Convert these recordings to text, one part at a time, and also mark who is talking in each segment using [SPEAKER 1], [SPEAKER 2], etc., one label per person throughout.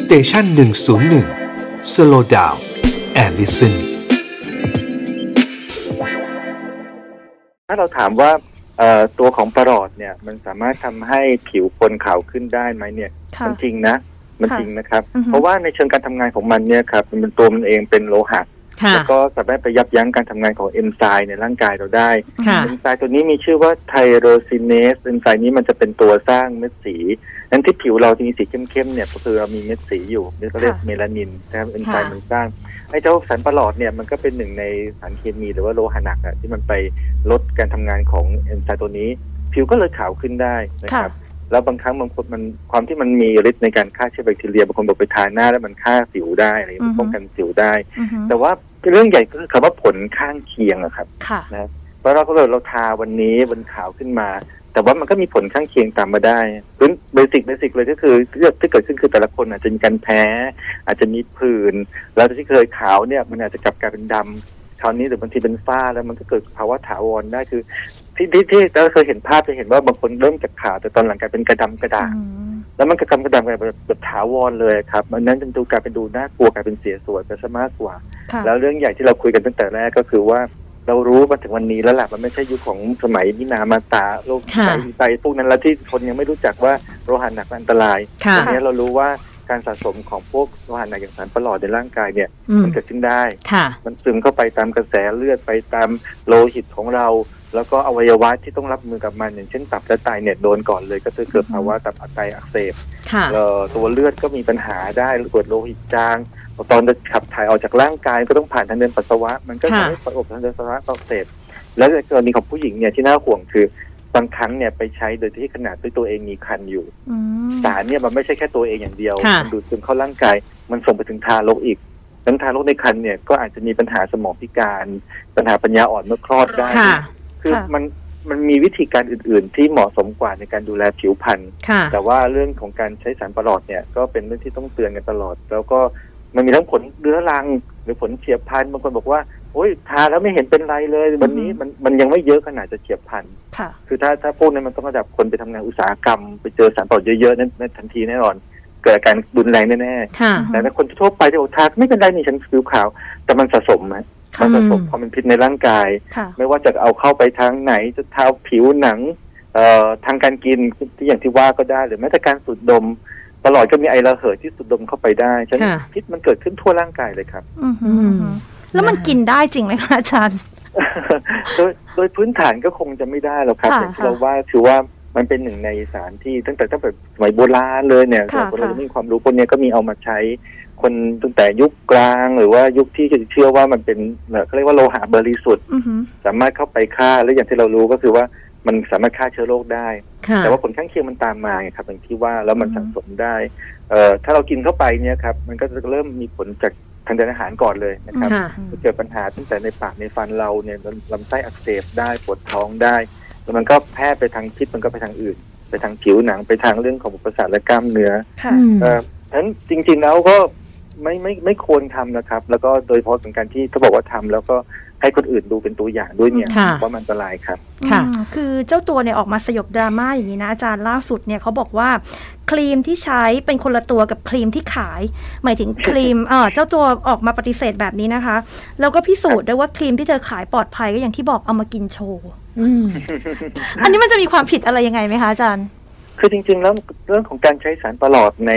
[SPEAKER 1] สเตชันหนึ่งศูนย์หนึ่งสโลดาวแอลลิสัน
[SPEAKER 2] ถ้าเราถามว่าเอ่อตัวของประหลอดเนี่ยมันสามารถทำให้ผิวคนขาวขึ้นได้ไหมเนี่ย
[SPEAKER 3] ค่ะ
[SPEAKER 2] มันจริงนะมัน
[SPEAKER 3] ค่ะ
[SPEAKER 2] จริงนะครับ
[SPEAKER 3] อือฮึ
[SPEAKER 2] เพราะว่าในเชิงการทำงานของมันเนี่ยครับมันเป็นตัวมันเองเป็นโลหะ
[SPEAKER 4] ค่ะ
[SPEAKER 2] แล้วก็สามารถไปยับยั้งการทำงานของเอนไซม์ในร่างกายเราได้
[SPEAKER 4] ค่ะ
[SPEAKER 2] เอนไซม์ตัวนี้มีชื่อว่าไทโรซินเนสเอนไซม์นี้มันจะเป็นตัวสร้างเม็ดสีนั้นที่ผิวเราจะมีสีเข้มๆเนี่ยก็คือเรามีเม็ดสีอยู่นี่ก็เรียก
[SPEAKER 3] ค่ะ
[SPEAKER 2] เมลานินนะครับเอนไซม์
[SPEAKER 4] ค่ะ
[SPEAKER 2] มันสร้างไอ้เจ้าสารประหลอดเนี่ยมันก็เป็นหนึ่งในสารเคมีหรือว่าโลหะหนักอะที่มันไป ลดการทำงานของเอนไซม์ตัวนี้ ผิวก็เลยขาวขึ้นได้นะครับ แล้วบางครั้งบางคนมันความที่มันมีฤทธิ์ในการฆ่าเชื้อแบคทีเรียบางคนบอกไปทาหน้าแล้วมันฆ่าสิวได้อะไรอย่างเงี้ย
[SPEAKER 3] อือฮึ
[SPEAKER 2] ป้องกันสิวได้
[SPEAKER 3] อือฮึ
[SPEAKER 2] แต่ว่าเรื่องใหญ่ก็คือคำว่าผลข้างเคียงอะครับ
[SPEAKER 3] ค่ะ
[SPEAKER 2] เพราะเราก็เลยเราทาวันนี้วันขาวขึ้นมา แต่ว่ามันก็มีผลข้างเคียงตามมาได้พื้นเบสิกเบสิกเลยก็คือเรื่องที่เกิดขึ้นคือแต่ละคนอาจจะมีการแพ้ อาจจะมีผื่นแล้วที่เคยขาวเนี่ยมันอาจจะกลับกลายเป็นดำ คราวนี้หรือบางทีเป็นฝ้าแล้วมันก็เกิดภาวะถาวรได้คือ ที่ที่ที่เราเคยเห็นภาพจะเห็นว่าบางคนเริ่มจากขาวแต่ตอนหลังกลายเป็นกระดำกระด่าง
[SPEAKER 3] อืม
[SPEAKER 2] แล้วมันกระดำกระด่างแบบแบบถาวรเลยครับอันนั้นจะดูกลายเป็นดูน่ากลัวกลายเป็นเสียสวยไปซะมากกว่า
[SPEAKER 3] ค่ะ
[SPEAKER 2] แล้วเรื่องใหญ่ที่เราคุยกันตั้งแต่แรกก็คือว่า เรารู้มาถึงวันนี้แล้วล่ะมันไม่ใช่ยุคของสมัยนินามาตาโลก
[SPEAKER 4] ค่ะ
[SPEAKER 2] ไตไตพวกนั้นแล้วที่คนยังไม่รู้จักว่าโลหะหนักมันอันตราย
[SPEAKER 4] ค่ะ
[SPEAKER 2] อันนี้เรารู้ว่าการสะสมของพวกโลหะหนักอย่างสารประหลอดในร่างกายเนี่ย
[SPEAKER 4] อืม
[SPEAKER 2] มันเกิดขึ้นได้
[SPEAKER 4] ค่ะ
[SPEAKER 2] มันซึมเข้าไปตามกระแสเลือดไปตามโลหิตของเรา แล้วก็อวัยวะที่ต้องรับมือกับมันอย่างเช่นตับและไตเนี่ยโดนก่อนเลย ก็จะเกิดภาวะตับอักไตอักเสบ
[SPEAKER 4] ค่ะ
[SPEAKER 2] เอ่อตัวเลือดก็มีปัญหาได้เกิดโลหิตจางตอนจะขับถ่ายออกจากร่างกายก็ต้องผ่านทางเดินปัสสาวะ มันก็
[SPEAKER 4] ค่ะ
[SPEAKER 2] ทำให้ปอดอบทางเดินปัสสาวะอักเสบแล้วในกรณีของผู้หญิงเนี่ยที่น่าห่วงคือบางครั้งเนี่ยไปใช้โดยที่ขนาดที่ตัวเองมีคันอยู่
[SPEAKER 3] อืม
[SPEAKER 2] สารเนี่ยมันไม่ใช่แค่ตัวเองอย่างเดียว
[SPEAKER 4] ค่ะ
[SPEAKER 2] มัดูดซึมเข้าร่างกาย มันส่งไปถึงทารกอีกทั้งทารกในครรภ์เนี่ยก็อาจจะมีปัญหาสมองพิการ ปัญหาปัญญาอ่อนเมื่อคลอดได้
[SPEAKER 4] ค่ะ
[SPEAKER 2] คือ
[SPEAKER 3] ค่ะ
[SPEAKER 2] มันมันมีวิธีการอื่น ๆ ที่เหมาะสมกว่าในการดูแลผิวพรรณ
[SPEAKER 4] ค่ะ
[SPEAKER 2] แต่ว่าเรื่องของการใช้สารประหลอดเนี่ยก็เป็นเรื่องที่ต้องเตือนกันตลอด แล้วก็มันมีทั้งผลเรื้อรัง หรือผลเฉียบพลันบางคนบอกว่าโอ้ยทาแล้วไม่เห็นเป็นไรเลยวันนี้มันมันยังไม่เยอะขนาดจะเฉียบพลัน
[SPEAKER 3] ค่ะ
[SPEAKER 2] คือถ้าถ้าพวกนั้นมันต้องระดับคนไปทำงานอุตสาหกรรม ไปเจอสารปลอดเยอะๆนั่นนั่นทันทีแน่นอน เกิดอาการรุนแรงแน่
[SPEAKER 4] ค่ะ
[SPEAKER 2] ๆแต่ถ้าคนทั่วไปที่บอกทาไม่เป็นไรนี่ฉันผิวขาว แต่มันสะสมนะ
[SPEAKER 3] ค่ะ
[SPEAKER 2] มันสะสมความเป็นพิษในร่างกาย
[SPEAKER 3] ค่ะ
[SPEAKER 2] ไม่ว่าจะเอาเข้าไปทางไหนจะทาผิวหนังเอ่อทางการกินที่อย่างที่ว่าก็ได้หรือแม้แต่การสูดดม ตลอดก็มีไอระเหยที่สูดดมเข้าไปได้ฉะนัน
[SPEAKER 4] ค่ะ
[SPEAKER 2] พิษมันเกิดขึ้นทั่วร่างกายเลยครับ
[SPEAKER 3] อืมอืมอืมแล้วมันกินได้จริงไหมคะอาจารย์
[SPEAKER 2] โดยโดยพื้นฐานก็คงจะไม่ได้หรอกครับ
[SPEAKER 3] ค่ะ
[SPEAKER 2] อย่างที่
[SPEAKER 3] ค่ะ
[SPEAKER 2] เราว่าคือว่ามันเป็นหนึ่งในสารที่ตั้งแต่ตั้งแต่สมัยโบราณเลยเนี่ย
[SPEAKER 3] ค่ะ
[SPEAKER 2] คนเรา
[SPEAKER 3] ค่ะ
[SPEAKER 2] ไม่มีความรู้พวกเนี้ยก็มีเอามาใช้ คนตั้งแต่ยุคกลางหรือว่ายุคที่เชื่อว่ามันเป็นเอ่อเขาเรียกว่าโลหะบริสุทธิ์
[SPEAKER 3] อือหือ
[SPEAKER 2] สามารถเข้าไปฆ่าและอย่างที่เรารู้ก็คือว่ามันสามารถฆ่าเชื้อโรคได้
[SPEAKER 4] ค่ะ
[SPEAKER 2] แต่ว่าผลข้างเคียงมันตามมาไงครับอย่างที่ว่าแล้วมัน
[SPEAKER 3] อือฮึ
[SPEAKER 2] สะสมได้เอ่อถ้าเรากินเข้าไปเนี่ยครับมันก็จะเริ่มมีผลจากทางเดินอาหารก่อนเลยนะครับ
[SPEAKER 4] ค่ะ
[SPEAKER 3] อืม
[SPEAKER 2] เกิดปัญหาตั้งแต่ในปากในฟันเราเนี่ยลำไส้อักเสบได้ปวดท้องได้แล้วมันก็แพร่ไปทางพิษมันก็ไปทางอื่น ไปทางผิวหนังไปทางเรื่องของประสาทและกล้ามเนื้อ
[SPEAKER 3] ค่ะ
[SPEAKER 4] อืม
[SPEAKER 2] เอ่อฉะนั้นจริง ๆแล้วก็ไม่ไม่ไม่ควรทำนะครับ แล้วก็โดยเฉพาะถึงการที่เขาบอกว่าทำแล้วก็ให้คนอื่นดูเป็นตัวอย่างด้วยเนี่ย
[SPEAKER 4] ค่ะ
[SPEAKER 2] ว่ามันอันตรายครับ
[SPEAKER 4] ค่ะ
[SPEAKER 3] อืมคือเจ้าตัวเนี่ยออกมาสยบดราม่าอย่างนี้นะอาจารย์ล่าสุดเนี่ยเขาบอกว่า ครีมที่ใช้เป็นคนละตัวกับครีมที่ขาย หมายถึงครี ม เออเจ้าตัวออกมาปฏิเสธแบบนี้นะคะ แล้วก็พิสูจน์ได้วยว่าครีมที่เธอขายปลอดภัยก็อย่างที่บอกเอามากินโชว์
[SPEAKER 4] อืม
[SPEAKER 3] อันนี้มันจะมีความผิดอะไรยังไงไหมคะอาจารย์
[SPEAKER 2] คือจริงๆแล้วเรื่องของการใช้สารประหลอดใน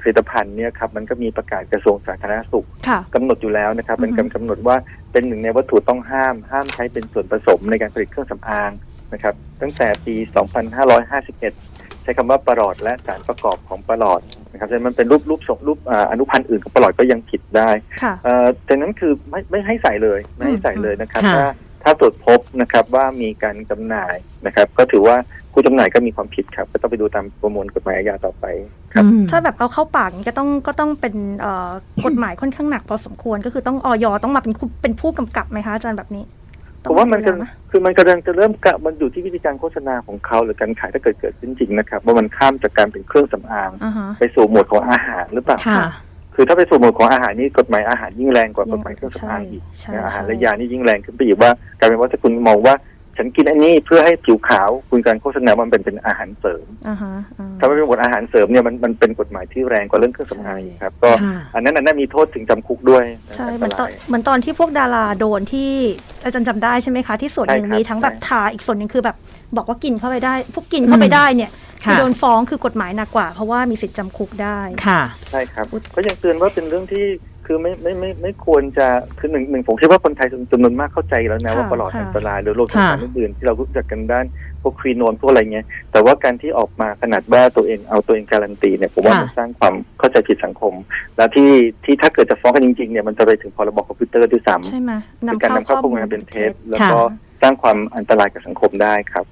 [SPEAKER 2] ผลิตภัณฑ์เนี่ยครับมันก็มีประกาศกระทรวงสาธารณสุข
[SPEAKER 3] ค่ะ
[SPEAKER 2] กำหนดอยู่แล้วนะครับเป็น
[SPEAKER 3] อือฮึ
[SPEAKER 2] กำกำหนดว่าเป็นหนึ่งในวัตถุต้องห้าม ห้ามใช้เป็นส่วนผสมในการผลิตเครื่องสำอางนะครับตั้งแต่ปี 2551 ใช้คำว่าประหลอดและสารประกอบของประหลอดนะครับฉะนั้นมันเป็นรูปรูปสงรูปอ่าอนุพันธ์อื่นของประหลอดก็ยังผิดได้
[SPEAKER 3] ค่ะ
[SPEAKER 2] เอ่อแต่นั้นคือไม่ไม่ให้ใส่เลยไม่ให้ใส่เลยนะครับ
[SPEAKER 4] อืม
[SPEAKER 2] ถ้า
[SPEAKER 4] ค่ะ
[SPEAKER 2] ถ้าตรวจพบนะครับว่ามีการจำหน่ายนะครับ ก็ถือว่าผู้จำหน่ายก็มีความผิดครับ ก็ต้องไปดูตามประมวลกฎหมายอาญาต่อไป
[SPEAKER 4] อืม
[SPEAKER 3] ถ้าแบบเอาเข้าปากนี่ก็ต้องก็ต้องเป็นเอ่อกฎหมายค่อนข้างหนักพอสมควรก็คือต้องออยต้องมาเป็นผู้เป็นผู้กำกับไหมคะอาจารย์แบบนี้
[SPEAKER 2] ผ
[SPEAKER 3] ต้อง
[SPEAKER 2] มว่ามัน
[SPEAKER 3] ดู
[SPEAKER 2] จะ
[SPEAKER 3] แลไห
[SPEAKER 2] คือมันกำลังจะเริ่มกะมันอยู่ที่วิธีการโฆษณาของเขาหรือการขายถ้าเกิดเกิดขึ้นจริงนะครับ ว่ามันข้ามจากการเป็นเครื่องสำอาง
[SPEAKER 3] อ่าฮะ
[SPEAKER 2] ไปสู่หมวดของอาหารหรือเปล่า
[SPEAKER 4] ค่ะ
[SPEAKER 2] คือถ้าไปสู่หมวดของอาหารนี่กฎหมายอาหารยิ่งแรงกว่ากฎหมายเครื่องสำอางอีก
[SPEAKER 3] ใช่
[SPEAKER 2] นะอาหาร
[SPEAKER 3] ใช่
[SPEAKER 2] และยานี่ยิ่งแรงขึ้นไปอีกว่ากลายเป็นว่าถ้าคุณมองว่า ฉันกินอันนี้เพื่อให้ผิวขาว คุณการโฆษณามันเป็นเป็นอาหารเสริม
[SPEAKER 3] อ่าฮะอ่า
[SPEAKER 2] ถ้าไม่เป็นบทอาหารเสริมเนี่ยมันมันเป็นกฎหมายที่แรงกว่าเรื่องเครื่องสำอางอีกครับ ก็
[SPEAKER 4] ค่ะ
[SPEAKER 2] อันนั้นอันนั้นมีโทษถึงจำคุกด้วย
[SPEAKER 3] ใช่เห
[SPEAKER 2] มั
[SPEAKER 3] มือน นต
[SPEAKER 2] ต
[SPEAKER 3] อ
[SPEAKER 2] ราน ย
[SPEAKER 3] เหมือนตอนที่พวกดาราโดนที่อาจารย์จำได้ใช่ไหมคะ ที่ส่วนหนึ่ง
[SPEAKER 2] ใช่ครับ
[SPEAKER 3] มีทั้งแบบ
[SPEAKER 2] ใช่
[SPEAKER 3] ทาอีกส่วนหนึ่งคือแบบบอกว่ากินเข้าไปได้ พวกกินเข้าไปได้เนี่ยคือ
[SPEAKER 4] ค่ะ
[SPEAKER 3] โดนฟ้องคือกฎหมายหนักกว่า เพราะว่ามีสิทธิ์จำคุกได้
[SPEAKER 4] ค่ะ
[SPEAKER 2] ใช่ครับก็ยังเตือนว่าเป็นเรื่องที่คือไม่ไม่ไม่ไม่ควรจะคือหนึ่งหนึ่งผมคิดว่าคนไทยจำนวนมากเข้าใจแล้วนะ
[SPEAKER 3] ค่ะ
[SPEAKER 2] ว่าปลอด
[SPEAKER 3] ค่ะ
[SPEAKER 2] อันตรายหรือโรค
[SPEAKER 4] ค่ะ
[SPEAKER 2] ต่างๆอื่นๆที่เรารู้จักกันด้านพวกครีโนนพวกอะไรเงี้ยแต่ว่าการที่ออกมาขนาดว่าตัวเองเอาตัวเองการันตีเนี่ยผมว่ามันสร้างความเข้าใจผิดสังคม แล้วที่ที่ถ้าเกิดจะฟ้องกันจริงๆเนี่ยมันจะไปถึงพรบคอมพิวเตอร์ด้วยซ้ำ
[SPEAKER 3] ใช่ไหม
[SPEAKER 2] คือการนำเข้าข้อมูลมาเป็นเท็จแล้วก็
[SPEAKER 4] ค่ะ
[SPEAKER 2] สร้างความอันตรายกับสังคมได้ครับ